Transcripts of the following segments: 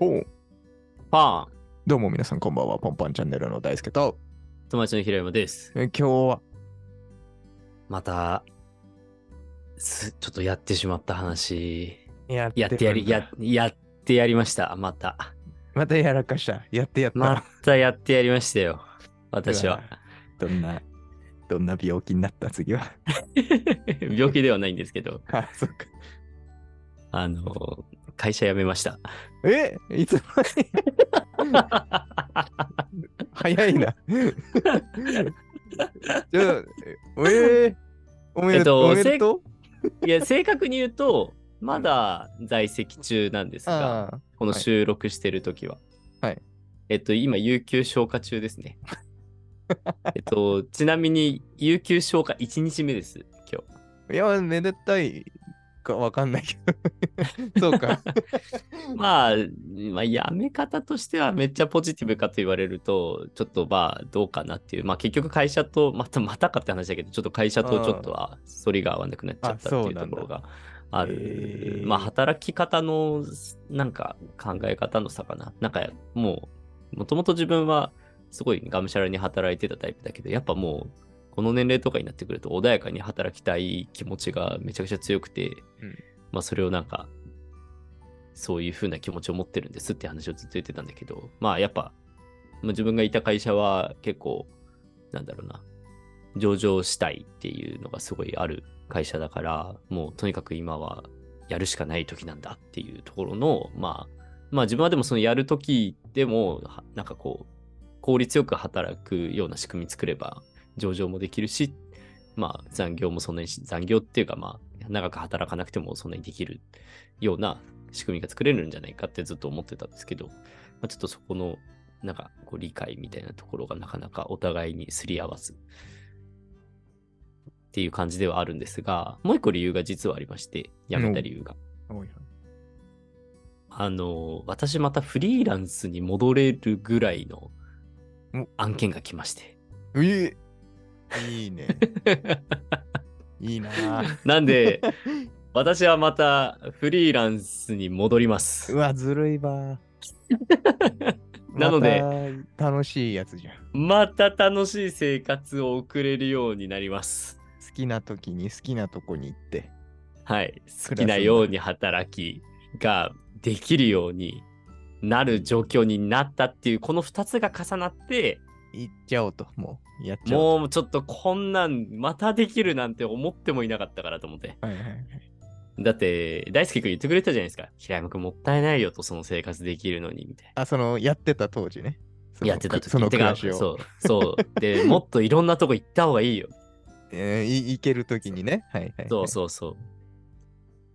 おうパンどうも皆さんこんばんは、ポンポンチャンネルの大輔と、友達の平山です。え今日は、また、すちょっとやってしまった話。やっやってやり、や、やってやりました。また。またやらかした。やってやった。またやってやりましたよ。私は。どんな、どんな病気になった次は。 病気ではないんですけど、あ、そっか。あの、会社辞め ました。えいつの間に早い な。ちょえー、おめえでっととう。おめでとういや、正確に言うと、まだ在籍中なんですが、ああ、このはい収録してる時は。はい。えっと、今、有給消化中で すね。えっと、ちなみに、有給消化1日目です、今日。いや、めでたいかわかんないけど。 そうか。まあ、まあ、やめ方としてはめっちゃポジティブかと言われると、ちょっとまあ、どうかなっていう、まあ結局会社と、またまたかって話だけど、ちょっと会社とちょっとは、反りが合わなくなっちゃったってあいそううなとんだころがあへる。ーまあ、働き方の、なんか考え方の差かな。なんかもう、もともと自分はすごいがむしゃらに働いてたタイプだけど、やっぱもう、この年齢とかになってくると穏やかに働きたい気持ちがめちゃくちゃ強くて、うんまあそれをなんかそういう風な気持ちを持ってるんですって話をずっと言ってたんだけどまあやっぱ、まあ自分がいた会社は結構なんだろうな上場したいっていうのがすごいある会社だからもうとにかく今はやるしかない時なんだっていうところのまあまあ自分はでもそのやる時でもはなんかこう効率よく働くような仕組み作れば上場もできるし、まあ、残業もそんなにし残業っていうか、まあ、長く働かなくてもそんなにできるような仕組みが作れるんじゃないかってずっと思ってたんですけど、まあ、ちょっとそこの、なんか、こう理解みたいなところがなかなかお互いにすり合わすっていう感じではあるんですが、もう一個理由が実はありまして、辞めた理由が。あの、私またフリーランスに戻れるぐらいのお案件が来まして。えいいね。 いいなあ。なんで、 私はまたフリーランスに戻りまうす。わ、ずるいわ。なのでまた楽しいやつじゃん。また楽しい生活を送れるようになります。好きな時に好きなとこに行って。はい。好んだきなように働きができるようになる状況になったっていう、この2つが重なって、行っちゃおうと、もうやっちゃおうもうちょっとこんなんまたできるなんて思ってもいなかったからと思って。と。はいはいはいだって、大輔君言ってくれたじゃないですか。平山君もったいないよと、その生活できるのに、みたいな。あ、その、やってた当時ね。そのやってた時そのて暮からしを。そう、そ う。で、もっといろんなとこ行った方がいいよ。えーい行ける時にね。はいはいはい。そうそうそ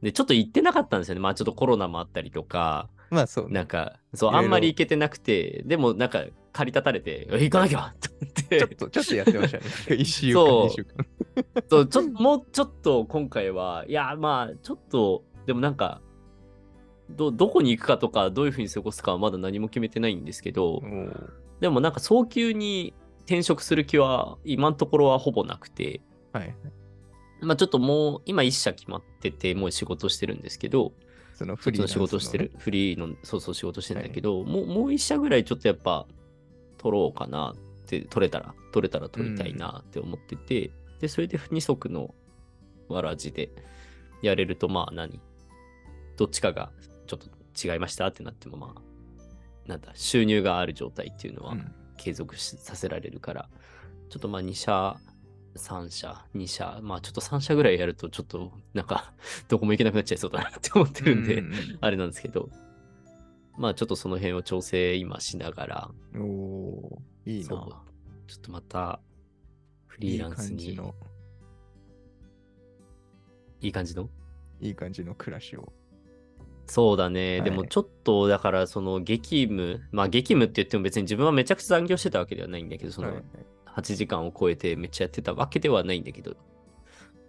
う。で、ちょっと行ってなかったんですよね。まあちょっとコロナもあったりとか、まあそうね。なんか、そう、いろいあろんまり行けてなくて、でもなんか、借り立たれて、え行かなきゃと思っ てちょっと、ちょっとやってましたね。1週間、そう2週間。 そうちょもうちょっと今回は、いや、まあ、ちょっと、でもなんか、どどこに行くかとか、どういうふうに過ごすかはまだ何も決めてないんですけど、もうでもなんか早急に転職する気は今のところはほぼなくて、はい。まあちょっともう今一社決まってて、もう仕事してるんですけど、そのフそっリちーラのンスの仕ね事してる、。フリーの、そうそう仕事してんだけど、もうもう一社ぐらいちょっとやっぱ取ろうかなって、取れたら、取れたら取りたいなって思ってて、で、それで二足のわらじでやれると、まあ何どっちかがちょっと違いましたってなっても、まあ、なんだ、収入がある状態っていうのは、うん継続しさせられるから、ちょっとまあ2社、3社、2社、まあちょっと3社ぐらいやると、ちょっとなんか、 どこも行けなくなっちゃいそうだなって思ってるんで、うあれなんですけど、まあちょっとその辺を調整今しながら、うんうんおーいいそうな。ちょっとまた、フいリいーランス感に、いじい感の、じのいい感じの暮らしを。そうだはね、いでもちょっとだからその激務、まあ激務って言っても別に自分はめちゃくちゃ残業してたわけではないんだけど、その、はいはい8時間を超えてめっちゃやってたわけではないんだけど、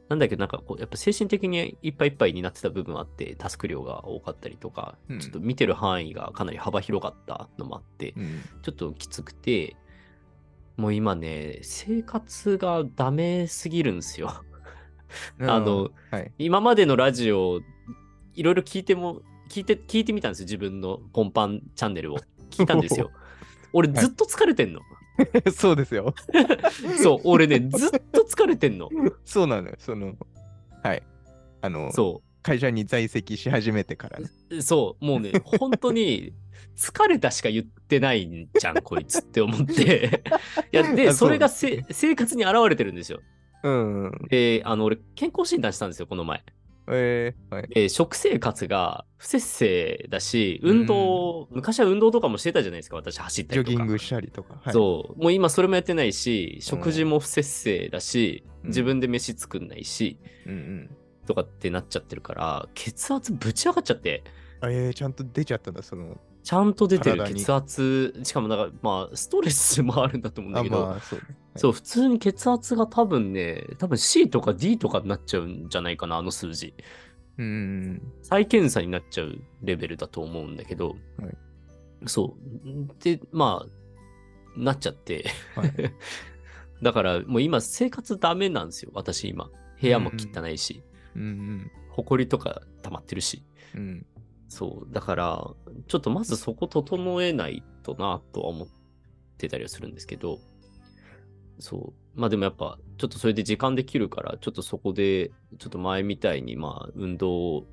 なんだけど、なんかこう、やっぱ精神的にいっぱいいっぱいになってた部分あって、タスク量が多かったりとか、うんちょっと見てる範囲がかなり幅広かったのもあって、うんちょっときつくて、もう今ね、生活がダメすぎるんですよ。あの、 はい。 今までのラジオ、いろいろ聞いても、聞いて、聞いてみたんですよ。自分のポンパンチャンネルを。聞いたんで すよ。俺ずっと疲れてんの。そうですよ。 そう、俺ね、ずっと疲れてんの。 そうなのよ。その、はい。あの、そ会社に在籍し始めてからね。う、そう、も うね、本当に、疲れたしか言ってないんじゃん、こいつって 思って。いや、で、あそうそれがせ生活に現れてるんですよ。うんうん。で、あの、俺、健康診断したんですよ、この前。えー、はい。で食生活が不節制だし、運動、昔は運動とかもしてたじゃないですか、私走ったジョりとか。ギングしたりとか。はい、そう。もう今それもやってないし、食事も不節制だし、うん自分で飯作んないし、う。うんとかってなっちゃってるから、血圧ぶち上がっちゃって、うん。えー、ちゃんと出ちゃったんだ、その。ちゃんと出てる体に血圧、しかもなんか、まあ、ストレスもあるんだと思うんだあ、けど、まあ、そう、ね。そう、普通に血圧が多分ね、多分 C とか D とかになっちゃうんじゃないかな、あの数字。うんうん再検査になっちゃうレベルだと思うんだけど、はいそう。で、まあ、なっちゃって、うん。はい。 だからもう今生活ダメなんですよ、私今。部屋も汚いし、うん埃とか溜まってるし。うん。うん。そう、だから、ちょっとまずそこ整えないとなとは思ってたりはするんですけど、そう、まあでもやっぱ、ちょっとそれで時間できるから、ちょっとそこで、ちょっと前みたいに、まあ、運動を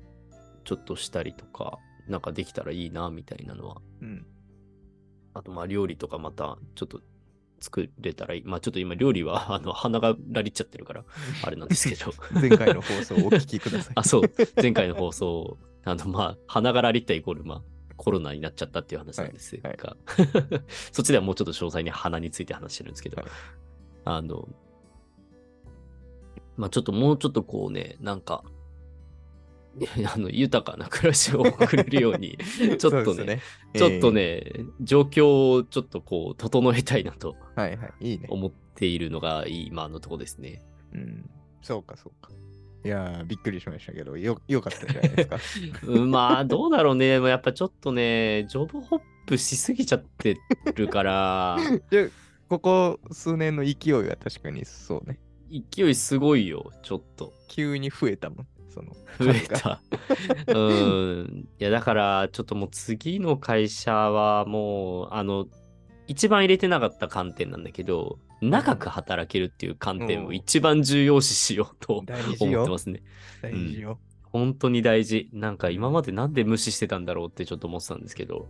ちょっとしたりとか、なんかできたらいいなみたいなのは、うん。あとまあ料理とかまたちょっと作れたらいい、まあちょっと今料理はあの鼻がラリっちゃってるから、あれなんですけど、。前回の放送をお聞きください あ、そう、前回の放送、あの、まあ、花がらりったイコール、まあ、コロナになっちゃったっていう話なんですが、はい そっちではもうちょっと詳細に花について話してるんですけど、はいあの、まあ、ちょっともうちょっとこうね、なんか、 あの豊かな暮らしを送れるよう に、ちょっそとうでね、すねちょっと。ね、状況をちょっとこう、整えたいなとえーはいはい。いいね。思っているのが今のとこですね。うん。そうか、そうか。いやー、びっくりしましたけど、よ、よかったんじゃないですか。 うんまあ、どうだろうね。 でもやっぱちょっとね、ジョブホップしすぎちゃってる から、で、ここ数年の勢いは確かにそうね。勢いすごいよ、ちょっと。急に増えたもん。その、増えた。 うん。いや、だから、ちょっともう次の会社はもう、あの、一番入れてなかった観点なんだけど、長く働けるっていう観点を一番重要視しようと大事思ってよま。すね。大事よ。本当に大事。なんか今までなんで無視してたんだろうってちょっと思ってたんですけど、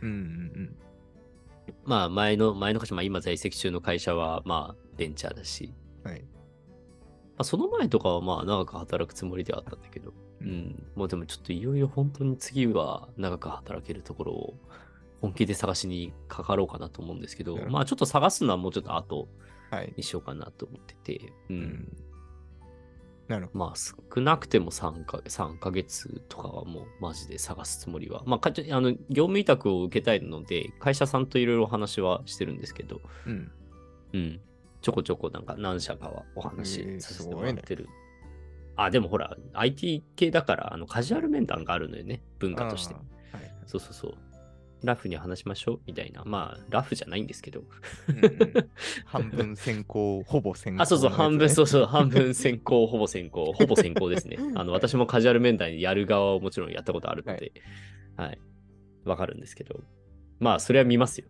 うんうんまあ前の、前の会社、まあ今在籍中の会社はまあベンチャーだし、うん。はい。まあ、その前とかはまあ長く働くつもりではあったんだけど、ううんん、もうでもちょっといよいよ本当に次は長く働けるところを本気で探しにかかろうかなと思うんですけどなる、ほどまあちょっと探すのはもうちょっと後はい。にしようかなと思ってて、うう、んん。なるほど。まあ少なくても3か3ヶ月とかはもうマジで探すつもりは、まあかちょあの業務委託を受けたいので、会社さんといろいろお話はしてるんですけど、うん。うん。ちょこちょこなんか何社かはお話えーしさせてもらってる。あ、でもほら、IT 系だから、あのカジュアル面談があるのよね、文化としてあ。ー。はいはいそうそうそう。ラフに話しましょうみたいな。まあ、ラフじゃないんですけど。うんうん半分先行、ほぼ先行のやつね。あ、そうそう、半分、そうそう、半分先行、 ほぼ先行、ほぼ先行ですね。あ の、はい私もカジュアル面談やる側をもちろんやったことあるので、はい。わ、かるんですけど。まあ、それは見ますよ。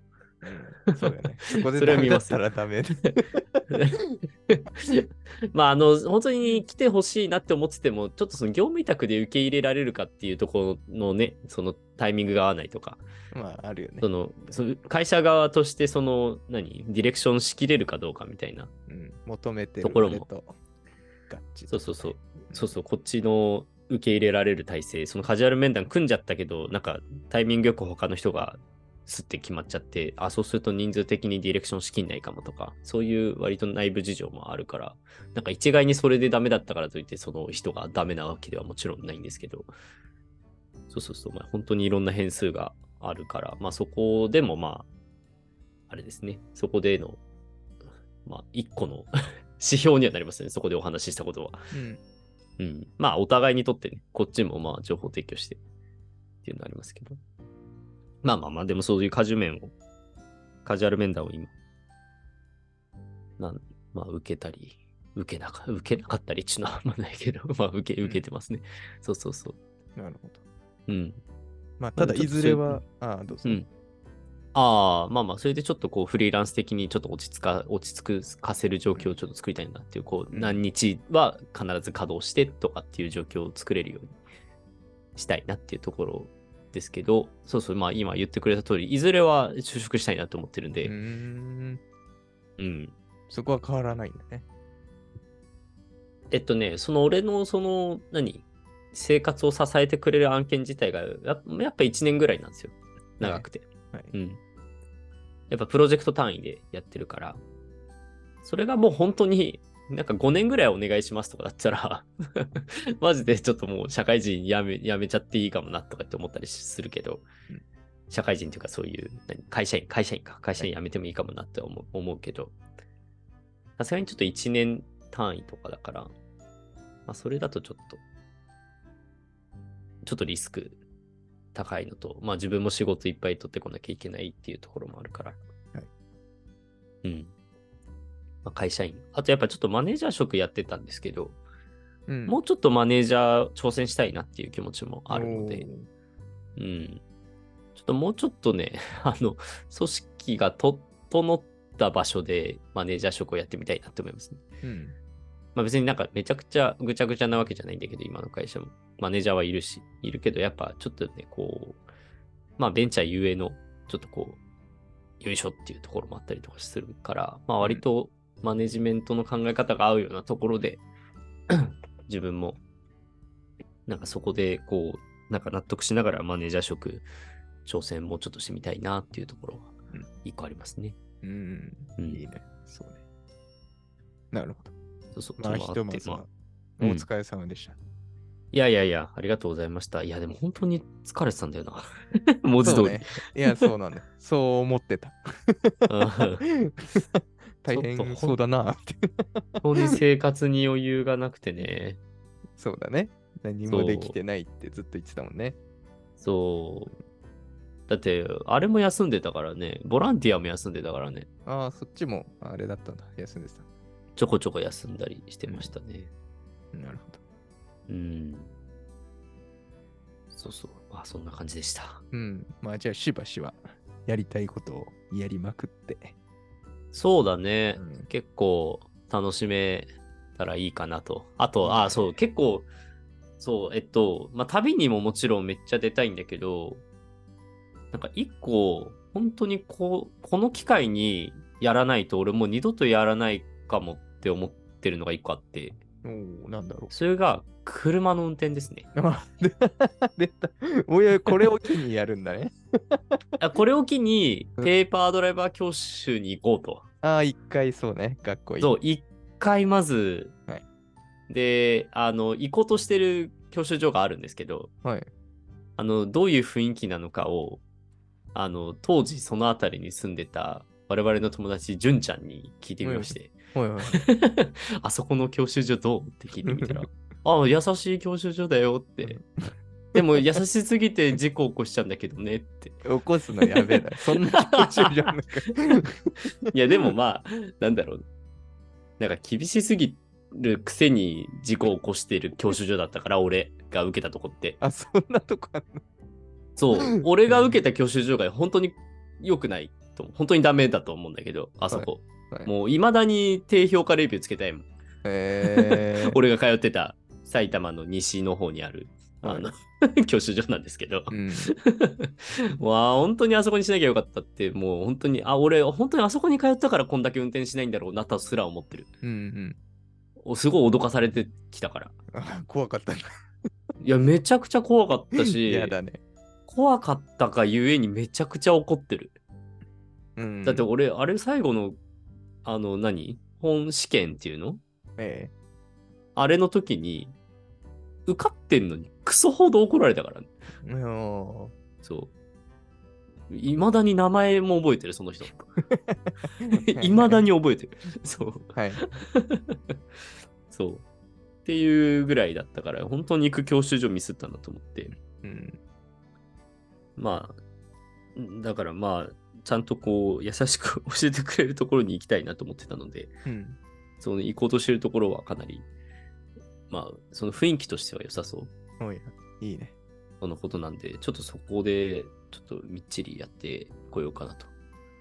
うんそうだよね。そこでそれダはメ見だまっすたらダメだ。 まあ、あの、本当に来てほしいなって思ってても、ちょっとその業務委託で受け入れられるかっていうところのね、そのタイミングが合わないとか、まあ、あるよねそ。の、その会社側として、その、何、ディレクションしきれるかどうかみたいな。うん求めてるところも俺と合致そうそうそう、そうそう、こっちの受け入れられる体制、そのカジュアル面談組んじゃったけど、なんかタイミングよく他の人が、すって決まっちゃって、あ、そうすると人数的にディレクションしきんないかもとか、そういう割と内部事情もあるから、なんか一概にそれでダメだったからといって、その人がダメなわけではもちろんないんですけど、そうそうそう、まあ、本当にいろんな変数があるから、まあそこでもまあ、あれですね、そこでの、まあ一個の 指標にはなりますね、そこでお話ししたことは。うんうん。まあ、お互いにとってね、こっちもまあ、情報提供してっていうのはありますけど。まあまあまあ、でもそういうカジュ面を、カジュアル面談を今、なんまあ、受けたり、受けなか受けなかった りっていうのはあんまないけど、まあ、受け、受けてますね。そうそうそう。なるほど。うん。まあ、ただ、ちょっいとそうずれは、ああ、どうぞ。うんああ、まあまあ、それでちょっとこう、フリーランス的にちょっと落ち着か、落ち着かせる状況をちょっと作りたいなっていう、こう、うん何日は必ず稼働してとかっていう状況を作れるようにしたいなっていうところですけど、そうそう、まあ今言ってくれた通り、いずれは就職したいなと思ってるんうで、ーん、うん。そこは変わらないんだね。えっとね、その俺のその、何生活を支えてくれる案件自体がや、やっぱ1年ぐらいなんですよ。長くて。はい。うん。やっぱプロジェクト単位でやってるから、それがもう本当に、なんか5年ぐらいお願いしますとかだったら、 マジでちょっともう社会人やめ、やめちゃっていいかもなとかって思ったりするけどうん、社会人というかそういう、何会社員、会社員か、会社員辞めてもいいかもなって思う思うけど、さすがにちょっと1年単位とかだから、まあそれだとちょっと、ちょっとリスク高いのと、まあ自分も仕事いっぱい取ってこなきゃいけないっていうところもあるから。はいうん。まあ、会社員。あとやっぱちょっとマネージャー職やってたんですけど、うんもうちょっとマネージャー挑戦したいなっていう気持ちもあるのおで、ーうん。ちょっともうちょっとね、 あの、組織が整った場所でマネージャー職をやってみたいなって思いますね。うん。まあ別になんかめちゃくちゃぐちゃぐちゃなわけじゃないんだけど、今の会社も。マネージャーはいるし、いるけど、やっぱちょっとね、こう、まあベンチャーゆえの、ちょっとこう、よいしょっていうところもあったりとかするから、まあ割とマネジメントの考え方が合うようなところで、 自分も、なんかそこでこう、なんか納得しながらマネージャー職挑戦もうちょっとしてみたいなっていうところはうん、一個ありますね。うん。うん。いいね。そうね。なるほど。そうそうまあ、ちょひっとと待まってずは、おうん疲れ様でした。いやいやいや、ありがとうございました。いや、でも本当に疲れてたんだよな。 文字通そうり。ね。いや、そうなんだ。そう思ってた。うん 大ちょっとほ変んそうだなって。 本当に生活に余裕がなくてね。そうだね。何もできてないってずっと言ってたもんね。そう。だって、あれも休んでたからね。ボランティアも休んでたからね。ああ、そっちもあれだったんだ。休んでた。ちょこちょこ休んだりしてましたね。なるほど。うん。そうそう。まあ、そんな感じでした。うん。まあ、じゃあ、しばしばやりたいことをやりまくって。そうだね。うん結構楽しめたらいいかなと。あと、あ、そう、結構、そう、えっと、まあ、旅にももちろんめっちゃ出たいんだけど、なんか一個、本当にこう、この機会にやらないと俺もう二度とやらないかもって思ってるのが一個あって、おお、なんだろう。 それが車の運転ですね。あで出た。おや、これを機にやるんだ ね。あこれを機にうんペーパードライバー教習に行こうと。ああ、一回そうね。学校そ行う、一回まず、はいで、あの、行こうとしてる教習所があるんですけど、はいあの、どういう雰囲気なのかを、あの、当時その辺りに住んでた我々の友達、純ちゃんに聞いてみまして、う。はいはい。あそこの教習所どうって聞いてみたら、あ、優しい教習所だよって。でも優しすぎて事故起こしちゃうんだけどねって。起こすのやべえ な。そんな教習じゃなんか。 いや、でもまあ、なんだろう。なんか厳しすぎるくせに事故を起こしてる教習所だったから、俺が受けたとこって。あ、そんなとこあんのそう、俺が受けた教習所が本当に良くないと思う、本当にダメだと思うんだけど、あそこ。はいはいもう、いまだに低評価レビューつけたいもん。えー、俺が通ってた埼玉の西の方にある、あの、 教習所なんですけど。うん。わあ、本当にあそこにしなきゃよかったって、もう本当に、あ、俺、本当にあそこに通ったからこんだけ運転しないんだろうなとすら思ってる。うんうん。おすごい脅かされてきたから。あ怖かったんだ。いや、めちゃくちゃ怖かったし、嫌だね。怖かったがゆえにめちゃくちゃ怒ってる。うんだって俺、あれ最後の、あの何、本試験っていうのえあれの時に、受かってんのにクソほど怒られたから、ね、え もそう。いまだに名前も覚えてる、その人。いまだに覚えてる。そう。うはい。そう。っていうぐらいだったから、本当に行く教習所ミスったなと思って。うん。まあ、だからまあ、ちゃんとこう、優しく教えてくれるところに行きたいなと思ってたので、うん。その行こうとしてるところはかなり、まあ、その雰囲気としては良さそう。おい、いいね。のことなんで、ちょっとそこで、ちょっとみっちりやってこようかなと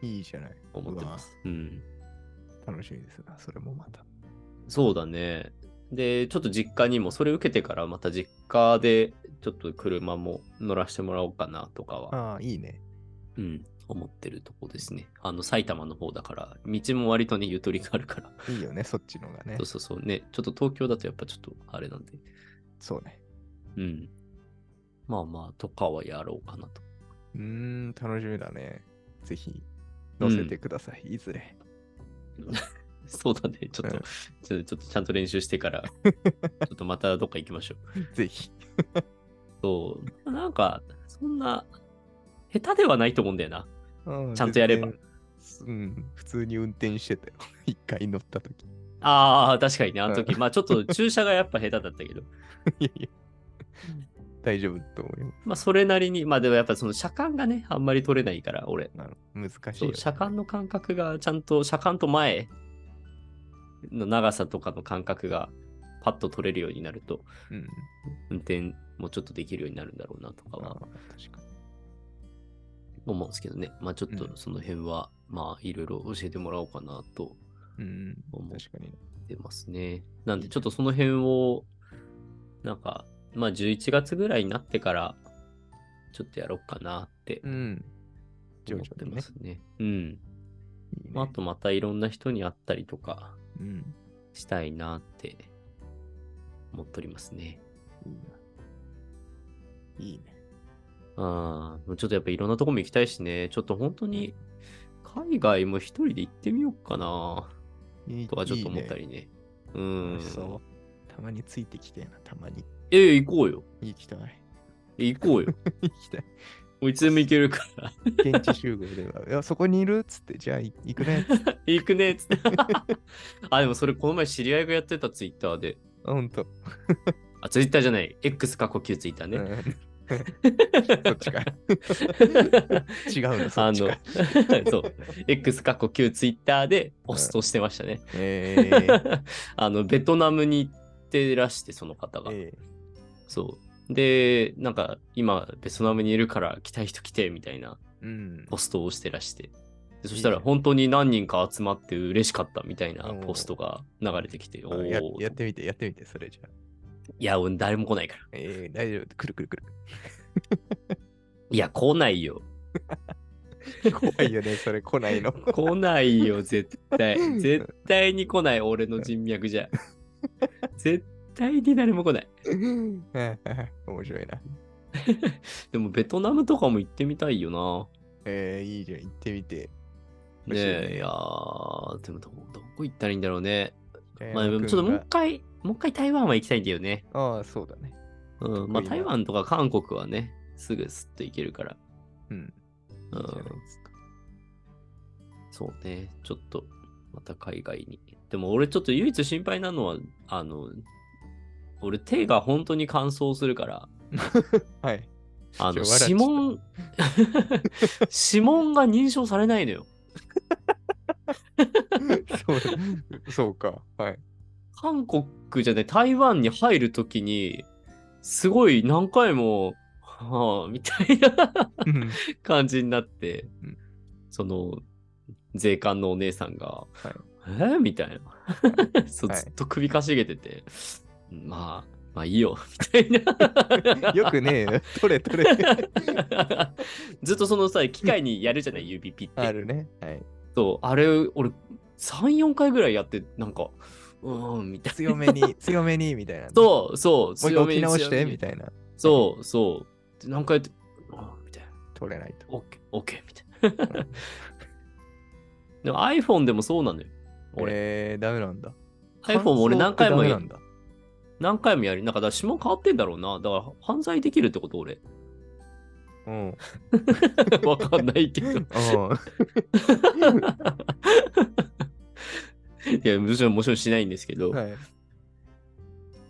いいじゃない。思ってます。うん。うわ楽しみですな、それもまた。そうだね。で、ちょっと実家にも、それ受けてからまた実家で、ちょっと車も乗らせてもらおうかなとかは、ああ、いいね。うん、思ってるとこですね。あの、埼玉の方だから、道も割とね、ゆとりがあるから。いいよね、そっちのがねそう。そうそうね。ちょっと東京だとやっぱちょっとあれなんで。そうね。うん。まあまあ、とかはやろうかなと。うーん、楽しみだね。ぜひ、乗せてください、いずれ。 そうだね。ちょっと、うんちょっとちょっとちゃんと練習し てから、ちょっとまたどっか行きましょう。ぜひ。そう。なんか、そんな、下手ではないと思うんだよな。う ちゃんとやれば。全然うん、普通に運転して たよ。一回乗った時。ああ、確かにね、あの時。うまあちょっと駐車がやっぱ下手だったけど、いやいや。 大丈夫と思いままあそれなりに、まあでもやっぱその車間がね、あんまり取れないから、俺。す。なの難しいそよ、う、車間の感覚がちゃんと、車間と前の長さとかの感覚がパッと取れるようになると、うん。運転もちょっとできるようになるんだろうなとかああは確かに。思うんですけどね。まあちょっうとんその辺は、まあいろいろ教えてもらおうかなとうん、思う確かに。ってますね。なんでちょっとその辺を、なんか、まあ11月ぐらいになってから、ちょっとやろうかなってうん。徐思々ってにまね。すね。うん。いいねまああとまたいろんな人に会ったりとかうん。したいなって思っておりますね。いいな。いいね。ああ、ちょっとやっぱいろんなとこも行きたいしね。ちょっと本当に海外も一人で行ってみようかな。いいとはちょっと思っいいたねりね。うん楽し。そう。たまについてきてえな、たまに。ええ、行こうよ。行きたい。行こうよ。行きたい。もういつでも行けるから。現地集合では。 いや、そこにいるっつって、じゃあい行くねっ つって。行くねっつって。 あ、でもそれこの前知り合いがやってたツイッターで。あほんと。あ、ツイッターじゃない。X 過去旧ツイッターうね。んそっち か。違うの、そあっちのか。、 そう。X 過去旧ツイッターでポストしてましたね。え ーあの、ベトナムに行ってらして、その方が。えそう。で、なんか、今、ベトナムにいるから来たい人来て、みたいなーうん。ポストをしてらして。でそしたらいいね本当に何人か集まって嬉しかったみたいなおーポストが流れてきて、おあやおやってみて、やってみて、それじゃあ。いや、俺誰も来ないから。えー、大丈夫。くるくる くる。いや、来ないよ。 怖いよね、それ来ないの。 来ないよ、絶対。絶対に来ない、俺の人脈じゃ。絶対に誰も来ない。 面白いな。でも、ベトナムとかも行ってみたいよな。えー、いいじゃん、行ってみて。欲しいねねえ、いやー、でもど、どこ行ったらいいんだろうね。えーまあ、でもちょっともう一回、もう一回台湾は行きたいんだよね。ああ、そうだね。うん、ま得意あ、な台湾とか韓国はね、すぐスッと行けるから。うん。いういじゃないでん、すかそうね、ちょっと、また海外に。でも、俺ちょっと唯一心配なのは、あの、俺手が本当に乾燥するから、はい。あの、ちょ笑っちゃった指 紋、指紋が認証されないのよ。そうそうか。 はい。韓国じゃない、台湾に入るときに、すごい何回も、はあ、みたいなうん感じになって、うんその、税関のお姉さんが、はいえーみたいな。 そうはい。ずっと首かしげてて、まあ、まあいいよ、 みたいなよくねえ、取れ取れ。ずっとそのさ、機械にやるじゃない、指ピって。あるね。はい。そう、あれ、俺、3、4回ぐらいやって、なんか、うーん、みたいな。強め に、強めに、みたいな。う。そう、そう、もう一回強置めきに直して、強めにみたいな。そう、そう。で何回やって、あーみたいな。取れないと。オッケー、オッケー、みたいな。 でも iPhone でもそうなのよ。俺、えー、ダメなんだ。 iPhone 俺何回も乾燥ってダメなやんだ。何回もやり、なんかだから指紋変わってんだろうな。だから犯罪できるってこと俺。 うん。わかんないけど。い や、もちろん、もちろんしないんですけど、うん。はい。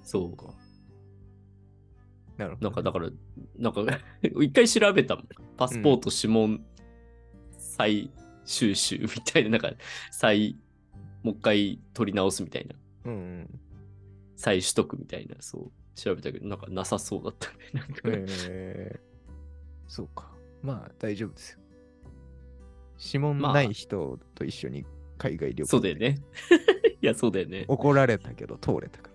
そうか。なるほなど。んかだから、なんか 一回調べたもん。パスポート指紋再収集みたいな、なんか再、もう一回取り直すみたいな、うんうん。再取得みたいな、そう。調べたけど、なんかなさそうだったね。なんかえーそうか。まあ大丈夫ですよ。指紋ない人と一緒に海外旅行。そうだよ。ね。 いや、そうだよね。怒られたけど通れたか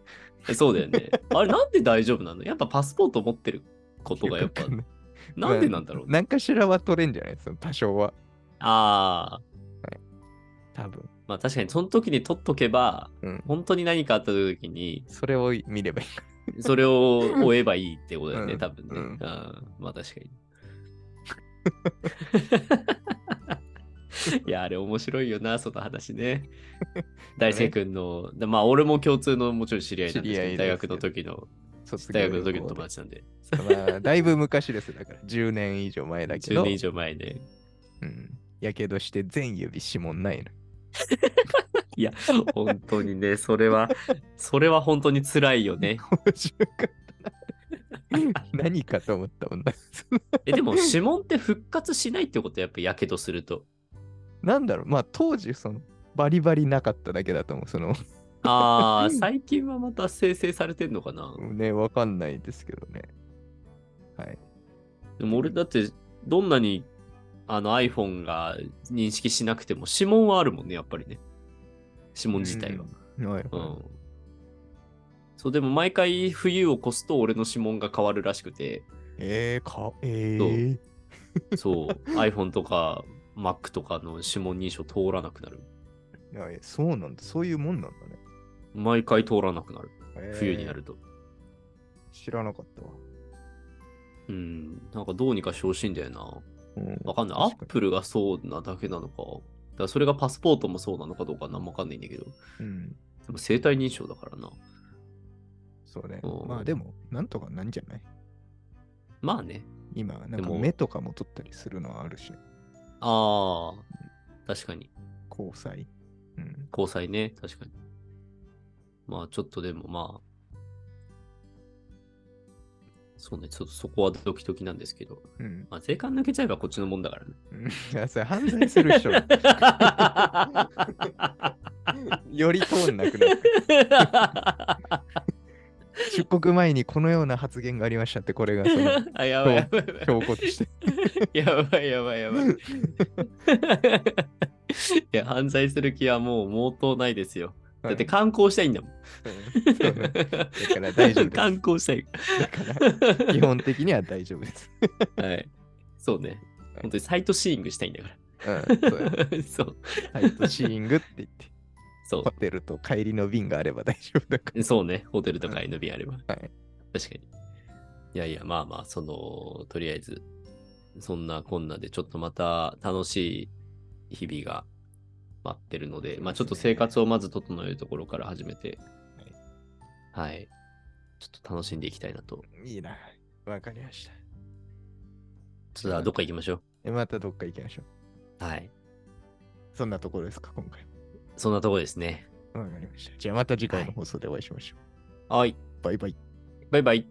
そうだ よね。あれ、なんで大丈夫なのやっぱパスポート持ってることら。がやっぱよくわ、かんないなんでなんだろうね。何かしらは取れんじゃないですか、多少は。ああ、多分。まあ確かにその時に取っとけば、うん。本当に何かあった時に、それを見ればいいか。それを追えばいいってことだようね、ん多分ね。ううんん、まあ確か に。いや、あれ面白いよな、その話ね。大成君の、でまあ俺も共通のもちろん知り合いなんです知り合けいですど、大学の時の、卒大業学旅の行時の友で達なんで、まあ、だいぶ昔です。だから10年以上前だけ10ど年、以上前で、うんやけどして全指指紋ないの。いや、本当に ね、それは、それは本当に辛いよね。面白かったな。 何かと思ったもんな。え、 でも指紋って復活しないってことやっぱやけどすると。なんだろう、まあ当時、そのバリバリなかっただけだと思う。その、ああ、最近はまた生成されてんのかな。ね、わかんないですけどね。はい。でも俺だって、どんなにあの iPhone が認識しなくても指紋はあるもんね、やっぱりね。指紋自体は。うん。はいうん。そう、でも毎回冬を越すと俺の指紋が変わるらしくて、えー、か、えー、 そう、iPhone とか Mac とかの指紋認証通らなくなる。いやえそうなんだ。そういうもんなんだね。毎回通らなくなる。えー冬になると。知らなかったわ。うん、なんかどうにかしてほしいんだよな。うんわかんない。ア確ッかプルがそうなだけなのか。だからそれがパスポートもそうなのかどうかなんもわかんないんだけど。でにうん。も生体認証だからな。そうねう。んまあでも、なんとかなんじゃないまあね。今、なんでかも目とかも取ったりするのはあるしね、ああ、確かに。交際。うん。交際ね。確かに。まあちょっとでもまあ。そうね。ちょっとそこはドキドキなんですけど。うん。まあ税関抜けちゃえばこっちのもんだからね。うんいや、それ犯罪 する 人より通んなくなる。出国前にこのような発言がありましたって、これがそ のあ、やばいやばいやばい。証拠として。やばいやばいやばい。いや、犯罪する気はもう毛頭ないですよ。だって観光したいんだもん。うんそうねだから大丈夫です観光したい。だから、基本的には大丈夫です。はい。そうね。本当にサイトシーイングしたいんだかうん、そうよら。 そう。サイトシーイングって言って、そホテルと帰りの便があれば大丈夫だかう。そうね。ホテルとか NB あれば。ら。はい。確かに。いやいや、まあまあ、その、とりあえず、そんなこんなで、ちょっとまた楽しい日々が待ってるので、まあちょっと生活をまず整えるところから始めて、はい。ちょっと楽しんでいきたいなと。 いいな。わかりました。ちょっとどっか行きましょえまたどっか行きましょう。う。はい。そんなところですか、今回。そんなとこですね。わかりました。じゃあまた次回の放送でお会いしましょう。はい。バイバイ。バイバイ。